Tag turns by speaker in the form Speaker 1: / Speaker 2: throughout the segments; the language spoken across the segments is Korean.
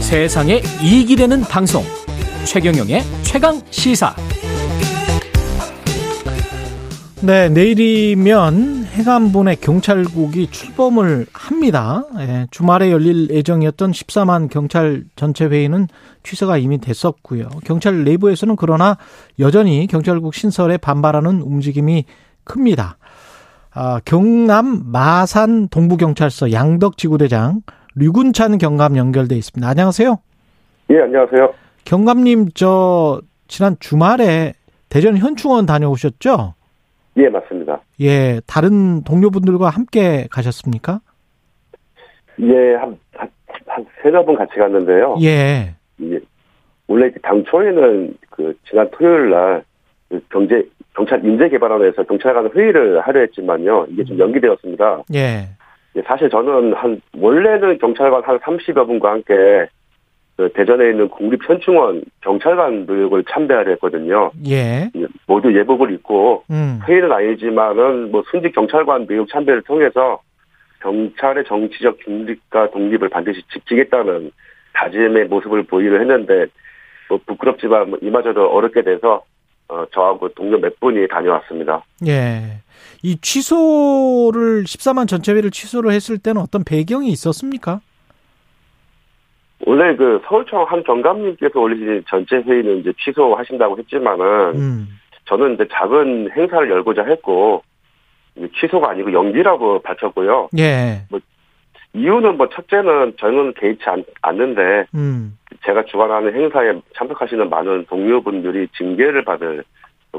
Speaker 1: 세상에 이익이 되는 방송 최경영의 최강 시사
Speaker 2: 네, 내일이면 해관본의 경찰국이 출범을 합니다. 예, 주말에 열릴 예정이었던 14만 경찰 전체 회의는 취소가 이미 됐었고요. 경찰 내부에서는 그러나 여전히 경찰국 신설에 반발하는 움직임이 큽니다. 아, 경남 마산 동부경찰서 양덕지구대장 류군찬 경감 연결돼 있습니다. 안녕하세요.
Speaker 3: 예, 안녕하세요.
Speaker 2: 경감님, 저 지난 주말에 대전 현충원 다녀오셨죠?
Speaker 3: 예, 맞습니다.
Speaker 2: 예, 다른 동료분들과 함께 가셨습니까?
Speaker 3: 예, 한, 한, 한 세네 번 같이 갔는데요.
Speaker 2: 예,
Speaker 3: 예. 원래 그 당초에는 그 지난 토요일 날그 경제, 경찰 인재개발원에서 경찰관 회의를 하려 했지만요. 이게 좀 연기되었습니다.
Speaker 2: 예,
Speaker 3: 예, 사실 저는 한, 원래는 경찰관 한 30여 분과 함께 그 대전에 있는 국립현충원 경찰관 교육을 참배하려 했거든요.
Speaker 2: 예,
Speaker 3: 예, 모두 예복을 입고
Speaker 2: 음,
Speaker 3: 회의는 아니지만은 뭐 순직 경찰관 미국 참배를 통해서 경찰의 정치적 중립과 독립을 반드시 지키겠다는 다짐의 모습을 보이려 했는데 뭐 부끄럽지만 뭐 이마저도 어렵게 돼서 어, 저하고 동료 몇 분이 다녀왔습니다.
Speaker 2: 예. 이 취소를 14만 전체회를 취소를 했을 때는 어떤 배경이 있었습니까?
Speaker 3: 원래 그 서울청 한 경감님께서 올리신 전체 회의는 이제 취소하신다고 했지만은
Speaker 2: 음,
Speaker 3: 저는 이제 작은 행사를 열고자 했고 이제 취소가 아니고 연기라고 밝혔고요.
Speaker 2: 예,
Speaker 3: 이유는 뭐 첫째는 저는 개의치 않, 않는데
Speaker 2: 음,
Speaker 3: 제가 주관하는 행사에 참석하시는 많은 동료분들이 징계를 받을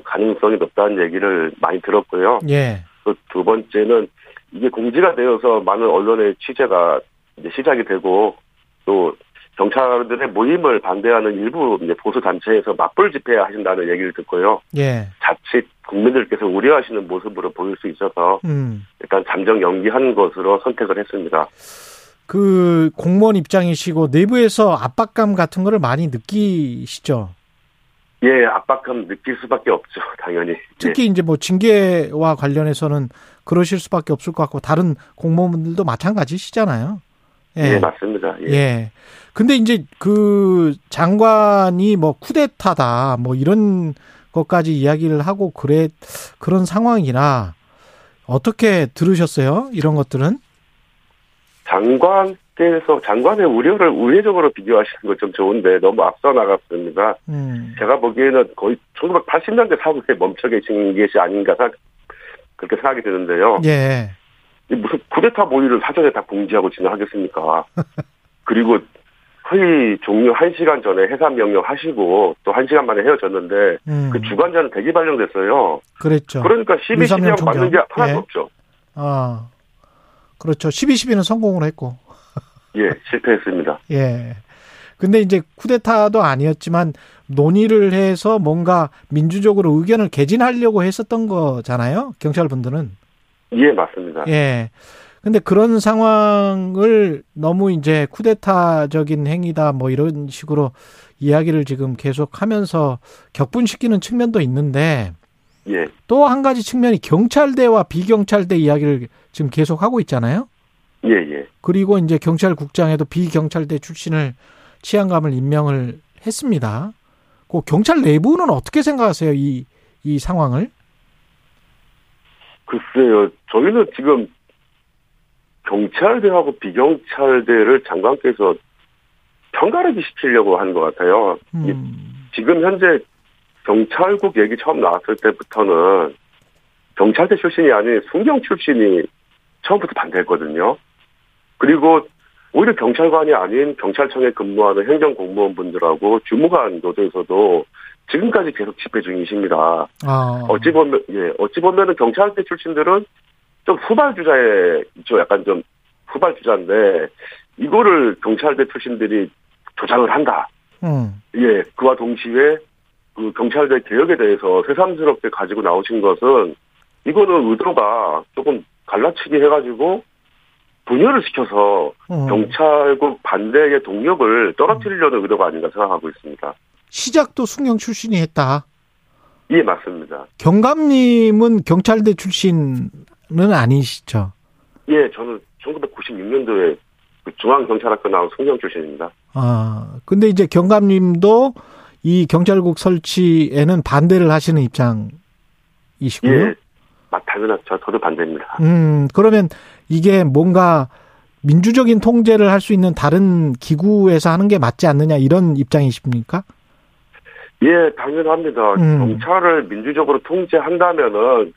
Speaker 3: 가능성이 높다는 얘기를 많이 들었고요.
Speaker 2: 예,
Speaker 3: 또 두 번째는 이게 공지가 되어서 많은 언론의 취재가 이제 시작이 되고 또 경찰들의 모임을 반대하는 일부 이제 보수 단체에서 맞불 집회 하신다는 얘기를 듣고요.
Speaker 2: 예,
Speaker 3: 자칫 국민들께서 우려하시는 모습으로 보일 수 있어서
Speaker 2: 음.
Speaker 3: 일단 잠정 연기한 것으로 선택을 했습니다.
Speaker 2: 그 공무원 입장이시고 내부에서 압박감 같은 거를 많이 느끼시죠.
Speaker 3: 예, 압박감 느낄 수밖에 없죠, 당연히. 예.
Speaker 2: 특히 이제 뭐 징계와 관련해서는 그러실 수밖에 없을 것 같고 다른 공무원분들도 마찬가지시잖아요.
Speaker 3: 예, 맞습니다. 예.
Speaker 2: 예. 근데 이제 그 장관이 뭐 쿠데타다 뭐 이런 것까지 이야기를 하고 그래 그런 상황이라 어떻게 들으셨어요? 이런 것들은
Speaker 3: 장관께서 장관의 우려를 우회적으로 비교하시는 건 좀 좋은데 너무 앞서 나갔습니다.
Speaker 2: 음.
Speaker 3: 제가 보기에는 거의 1980년대 사고에 멈춰 계신 것이 아닌가 생각, 그렇게 생각이 드는데요.
Speaker 2: 예.
Speaker 3: 이 무슨 쿠데타 모의를 사전에 다 공지하고 진행하겠습니까? 그리고 회의 종료 1시간 전에 해산 명령 하시고 또 1시간 만에 헤어졌는데
Speaker 2: 음.
Speaker 3: 그 주관자는 대기 발령됐어요.
Speaker 2: 그랬죠.
Speaker 3: 그러니까 시비
Speaker 2: 윤석열
Speaker 3: 시비하고
Speaker 2: 총장.
Speaker 3: 맞는 게 하나도
Speaker 2: 예.
Speaker 3: 없죠.
Speaker 2: 아. 그렇죠. 12 12는 성공을 했고.
Speaker 3: 예, 실패했습니다.
Speaker 2: 예. 근데 이제 쿠데타도 아니었지만 논의를 해서 뭔가 민주적으로 의견을 개진하려고 했었던 거잖아요. 경찰분들은.
Speaker 3: 예, 맞습니다.
Speaker 2: 예. 근데 그런 상황을 너무 이제 쿠데타적인 행위다 뭐 이런 식으로 이야기를 지금 계속 하면서 격분시키는 측면도 있는데
Speaker 3: 예.
Speaker 2: 또 한 가지 측면이 경찰대와 비경찰대 이야기를 지금 계속 하고 있잖아요.
Speaker 3: 예, 예.
Speaker 2: 그리고 이제 경찰국장에도 비경찰대 출신을 치안감을 임명을 했습니다. 그 경찰 내부는 어떻게 생각하세요? 이, 이 상황을?
Speaker 3: 글쎄요, 저희는 지금 경찰대하고 비경찰대를 장관께서 편가르기 시키려고 하는 것 같아요. 이-
Speaker 2: 음,
Speaker 3: 지금 현재 경찰국 얘기 처음 나왔을 때부터는 경찰대 출신이 아닌 순경 출신이 처음부터 반대했거든요. 그리고 오히려 경찰관이 아닌 경찰청에 근무하는 행정공무원분들하고 주무관 노조에서도 지금까지 계속 집회 중이십니다.
Speaker 2: 아,
Speaker 3: 어찌 보면 예 어찌 보면은 경찰대 출신들은 좀 후발 주자에 있죠 약간 좀 후발 주자인데 이거를 경찰대 출신들이 조장을 한다
Speaker 2: 음,
Speaker 3: 예 그와 동시에 그 경찰대 개혁에 대해서 새삼스럽게 가지고 나오신 것은 이거는 의도가 조금 갈라치기 해가지고 분열을 시켜서
Speaker 2: 음.
Speaker 3: 경찰국 반대의 동력을 떨어뜨리려는 의도가 아닌가 생각하고 있습니다.
Speaker 2: 시작도 순경 출신이 했다.
Speaker 3: 예 맞습니다.
Speaker 2: 경감님은 경찰대 출신은 아니시죠?
Speaker 3: 예, 저는 1996년도에 중앙경찰학교 나온 그 송경 출신입니다.
Speaker 2: 아, 근데 이제 경감님도 이 경찰국 설치에는 반대를 하시는 입장이시고요.
Speaker 3: 예, 아, 당연하죠. 저- 저도 반대입니다.
Speaker 2: 음, 그러면 이게 뭔가 민주적인 통제를 할 수 있는 다른 기구에서 하는 게 맞지 않느냐 이런 입장이십니까?
Speaker 3: 예, 당연합니다.
Speaker 2: 음.
Speaker 3: 경찰을 민주적으로 통제한다면은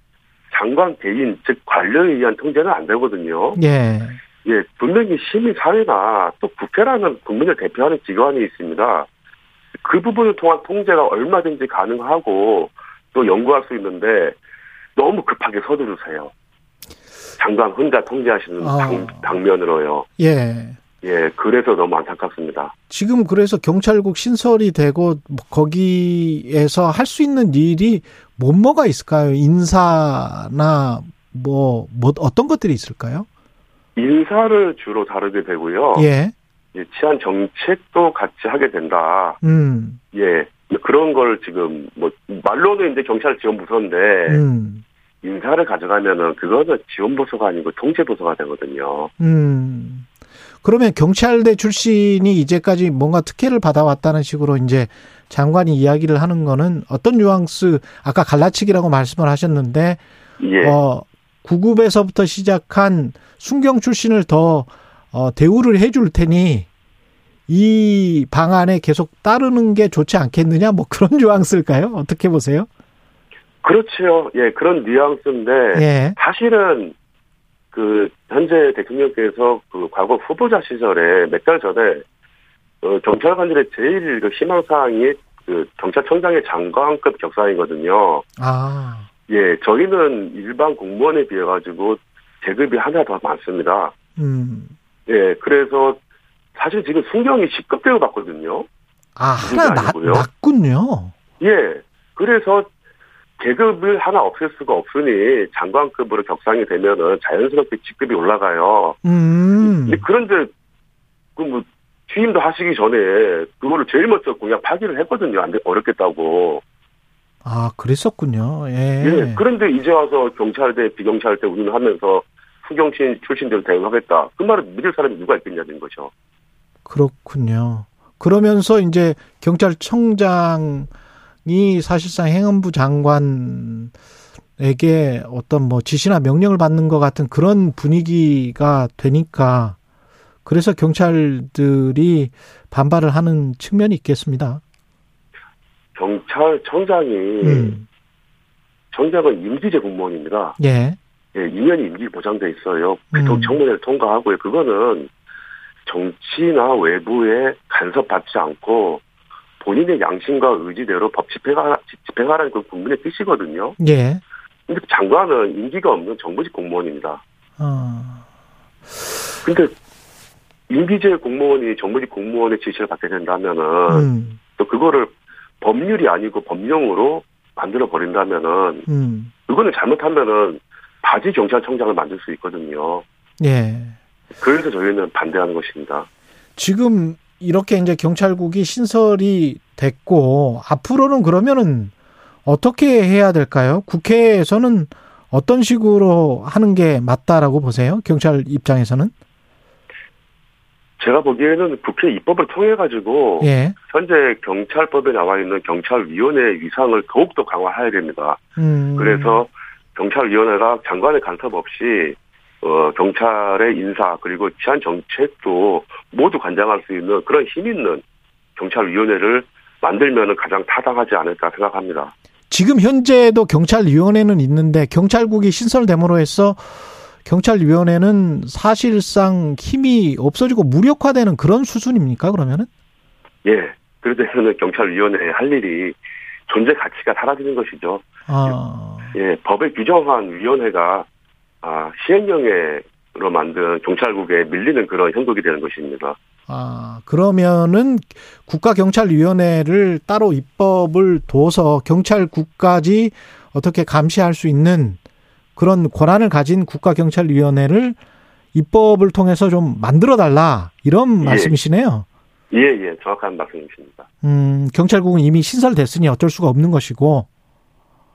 Speaker 3: 장관 개인, 즉 관료에 의한 통제는 안 되거든요.
Speaker 2: 예.
Speaker 3: 예, 분명히 시민사회나 또 국회라는 국민을 대표하는 기관이 있습니다. 그 부분을 통한 통제가 얼마든지 가능하고 또 연구할 수 있는데 너무 급하게 서두르세요. 장관 혼자 통제하시는
Speaker 2: 아.
Speaker 3: 당, 당면으로요.
Speaker 2: 예.
Speaker 3: 예, 그래서 너무 안타깝습니다.
Speaker 2: 지금 그래서 경찰국 신설이 되고 뭐 거기에서 할 수 있는 일이 뭐 뭐가 있을까요? 인사나 뭐, 뭐 어떤 것들이 있을까요?
Speaker 3: 인사를 주로 다루게 되고요.
Speaker 2: 예.
Speaker 3: 예, 치안 정책도 같이 하게 된다.
Speaker 2: 음.
Speaker 3: 예, 그런 걸 지금 뭐 말로는 이제 경찰 지원 부서인데
Speaker 2: 음.
Speaker 3: 인사를 가져가면은 그거는 지원 부서가 아니고 통제 부서가 되거든요.
Speaker 2: 음. 그러면 경찰대 출신이 이제까지 뭔가 특혜를 받아왔다는 식으로 이제 장관이 이야기를 하는 거는 어떤 뉘앙스 아까 갈라치기라고 말씀을 하셨는데
Speaker 3: 예,
Speaker 2: 어 구급에서부터 시작한 순경 출신을 더 어, 대우를 해줄 테니 이 방안에 계속 따르는 게 좋지 않겠느냐 뭐 그런 뉘앙스일까요? 어떻게 보세요?
Speaker 3: 그렇죠. 예, 그런 뉘앙스인데
Speaker 2: 예.
Speaker 3: 사실은 그 현재 대통령께서 그 과거 후보자 시절에 몇 달 전에 어, 경찰관들의 제일 그 희망 사항이 그 경찰청장의 장관급 격상이거든요.
Speaker 2: 아.
Speaker 3: 예, 저희는 일반 공무원에 비해 가지고 계급이 하나 더 많습니다.
Speaker 2: 음.
Speaker 3: 예, 그래서 사실 지금 순경이 10급 대우 받거든요.
Speaker 2: 아, 하나 낮,
Speaker 3: 아니고요.
Speaker 2: 낮군요.
Speaker 3: 예, 그래서 계급을 하나 없앨 수가 없으니 장관급으로 격상이 되면은 자연스럽게 직급이 올라가요.
Speaker 2: 음.
Speaker 3: 근데 그런데 그 뭐 취임도 하시기 전에 그거를 제일 먼저 공약 파기를 했거든요. 안 돼, 어렵겠다고.
Speaker 2: 아, 그랬었군요. 예.
Speaker 3: 예, 그런데 이제 와서 경찰대, 비경찰대 운운하면서 후경신 출신들 대응하겠다. 그 말을 믿을 사람이 누가 있겠냐는 거죠.
Speaker 2: 그렇군요. 그러면서 이제 경찰청장이 사실상 행안부 장관에게 어떤 뭐 지시나 명령을 받는 것 같은 그런 분위기가 되니까 그래서 경찰들이 반발을 하는 측면이 있겠습니다.
Speaker 3: 경찰청장이
Speaker 2: 음.
Speaker 3: 청장은 임기제 공무원입니다.
Speaker 2: 예.
Speaker 3: 예, 2년 임기 보장돼 있어요.
Speaker 2: 음.
Speaker 3: 음. 청문회를 통과하고요. 그거는 정치나 외부에 간섭받지 않고 본인의 양심과 의지대로 법 집행하, 집행하라는 그 국민의 뜻이거든요.
Speaker 2: 예.
Speaker 3: 근데 장관은 임기가 없는 정부직 공무원입니다.
Speaker 2: 어.
Speaker 3: 근데 임기제 공무원이 정부직 공무원의 지시를 받게 된다면은
Speaker 2: 음.
Speaker 3: 또 그거를 법률이 아니고 법령으로 만들어 버린다면은
Speaker 2: 음.
Speaker 3: 그거는 잘못하면은 바지 경찰청장을 만들 수 있거든요.
Speaker 2: 예.
Speaker 3: 그래서 저희는 반대하는 것입니다.
Speaker 2: 지금 이렇게 이제 경찰국이 신설이 됐고 앞으로는 그러면은 어떻게 해야 될까요? 국회에서는 어떤 식으로 하는 게 맞다라고 보세요? 경찰 입장에서는?
Speaker 3: 제가 보기에는 국회 입법을 통해 가지고
Speaker 2: 예.
Speaker 3: 현재 경찰법에 나와 있는 경찰위원회 위상을 더욱더 강화해야 됩니다.
Speaker 2: 음.
Speaker 3: 그래서 경찰위원회가 장관의 간섭 없이 어, 경찰의 인사 그리고 치안 정책도 모두 관장할 수 있는 그런 힘 있는 경찰위원회를 만들면 가장 타당하지 않을까 생각합니다.
Speaker 2: 지금 현재도 경찰위원회는 있는데 경찰국이 신설됨으로 해서 경찰위원회는 사실상 힘이 없어지고 무력화되는 그런 수준입니까? 그러면은?
Speaker 3: 예, 그러면 경찰위원회 할 일이 존재 가치가 사라지는 것이죠.
Speaker 2: 아.
Speaker 3: 예, 법에 규정한 위원회가 아, 시행령으로 만든 경찰국에 밀리는 그런 형국이 되는 것입니다.
Speaker 2: 아, 그러면은 국가경찰위원회를 따로 입법을 둬서 경찰국까지 어떻게 감시할 수 있는 그런 권한을 가진 국가경찰위원회를 입법을 통해서 좀 만들어 달라 이런
Speaker 3: 예.
Speaker 2: 말씀이시네요.
Speaker 3: 예, 예, 정확한 말씀이십니다.
Speaker 2: 음, 경찰국은 이미 신설됐으니 어쩔 수가 없는 것이고.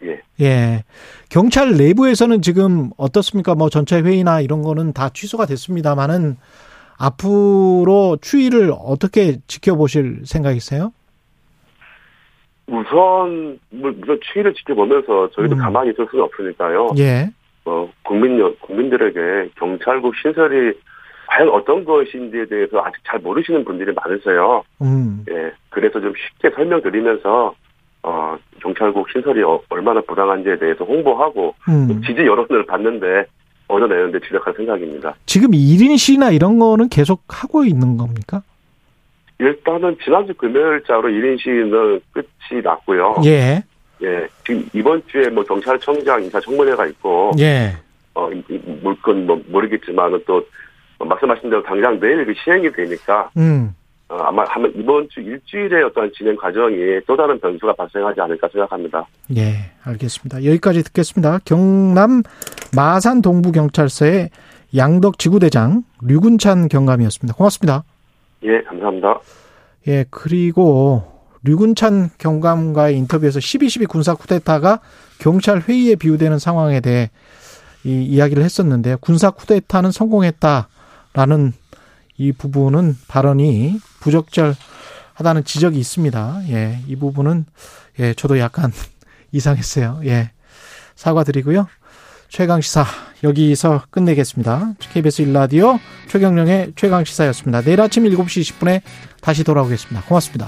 Speaker 3: 예.
Speaker 2: 예. 경찰 내부에서는 지금 어떻습니까? 뭐 전체 회의나 이런 거는 다 취소가 됐습니다만은 앞으로 추이를 어떻게 지켜보실 생각이세요?
Speaker 3: 우선 물- 물론 추이를 지켜보면서 저희도
Speaker 2: 음.
Speaker 3: 가만히 있을 수는 없으니까요.
Speaker 2: 예.
Speaker 3: 어, 국민 국민들에게 경찰국 신설이 과연 어떤 것인지에 대해서 아직 잘 모르시는 분들이 많으세요.
Speaker 2: 음.
Speaker 3: 예, 그래서 좀 쉽게 설명드리면서 어, 경찰국 신설이 어- 얼마나 부당한지에 대해서 홍보하고
Speaker 2: 음.
Speaker 3: 뭐 지지 여론을 받는데 얻어내는데 지적할 생각입니다.
Speaker 2: 지금 1인 시나 이런 거는 계속 하고 있는 겁니까?
Speaker 3: 일단은 지난주 금요일자로 1인 시위는 끝이 났고요.
Speaker 2: 예.
Speaker 3: 예, 지금 이번 주에 뭐 경찰청장 인사 청문회가 있고
Speaker 2: 예.
Speaker 3: 어, 이- 이- 물건 뭐 모르겠지만은 또 어, 말씀하신 대로 당장 내일 그 시행이 되니까
Speaker 2: 음.
Speaker 3: 어, 아마 아마 이번 주 일주일의 어떤 진행 과정이 또 다른 변수가 발생하지 않을까 생각합니다.
Speaker 2: 예. 알겠습니다. 여기까지 듣겠습니다. 경남 마산 동부 경찰서의 양덕 지구대장 류군찬 경감이었습니다. 고맙습니다.
Speaker 3: 예, 감사합니다.
Speaker 2: 예, 그리고 류군찬 경감과의 인터뷰에서 12.12 군사 쿠데타가 경찰 회의에 비유되는 상황에 대해 이 이야기를 했었는데 군사 쿠데타는 성공했다라는 이 부분은 발언이 부적절하다는 지적이 있습니다. 예, 이 부분은 예, 저도 약간 이상했어요. 예, 사과드리고요. 최강 시사 여기서 끝내겠습니다. KBS 일라디오 최경령의 최강 시사였습니다. 내일 아침 7시 20분에 다시 돌아오겠습니다. 고맙습니다.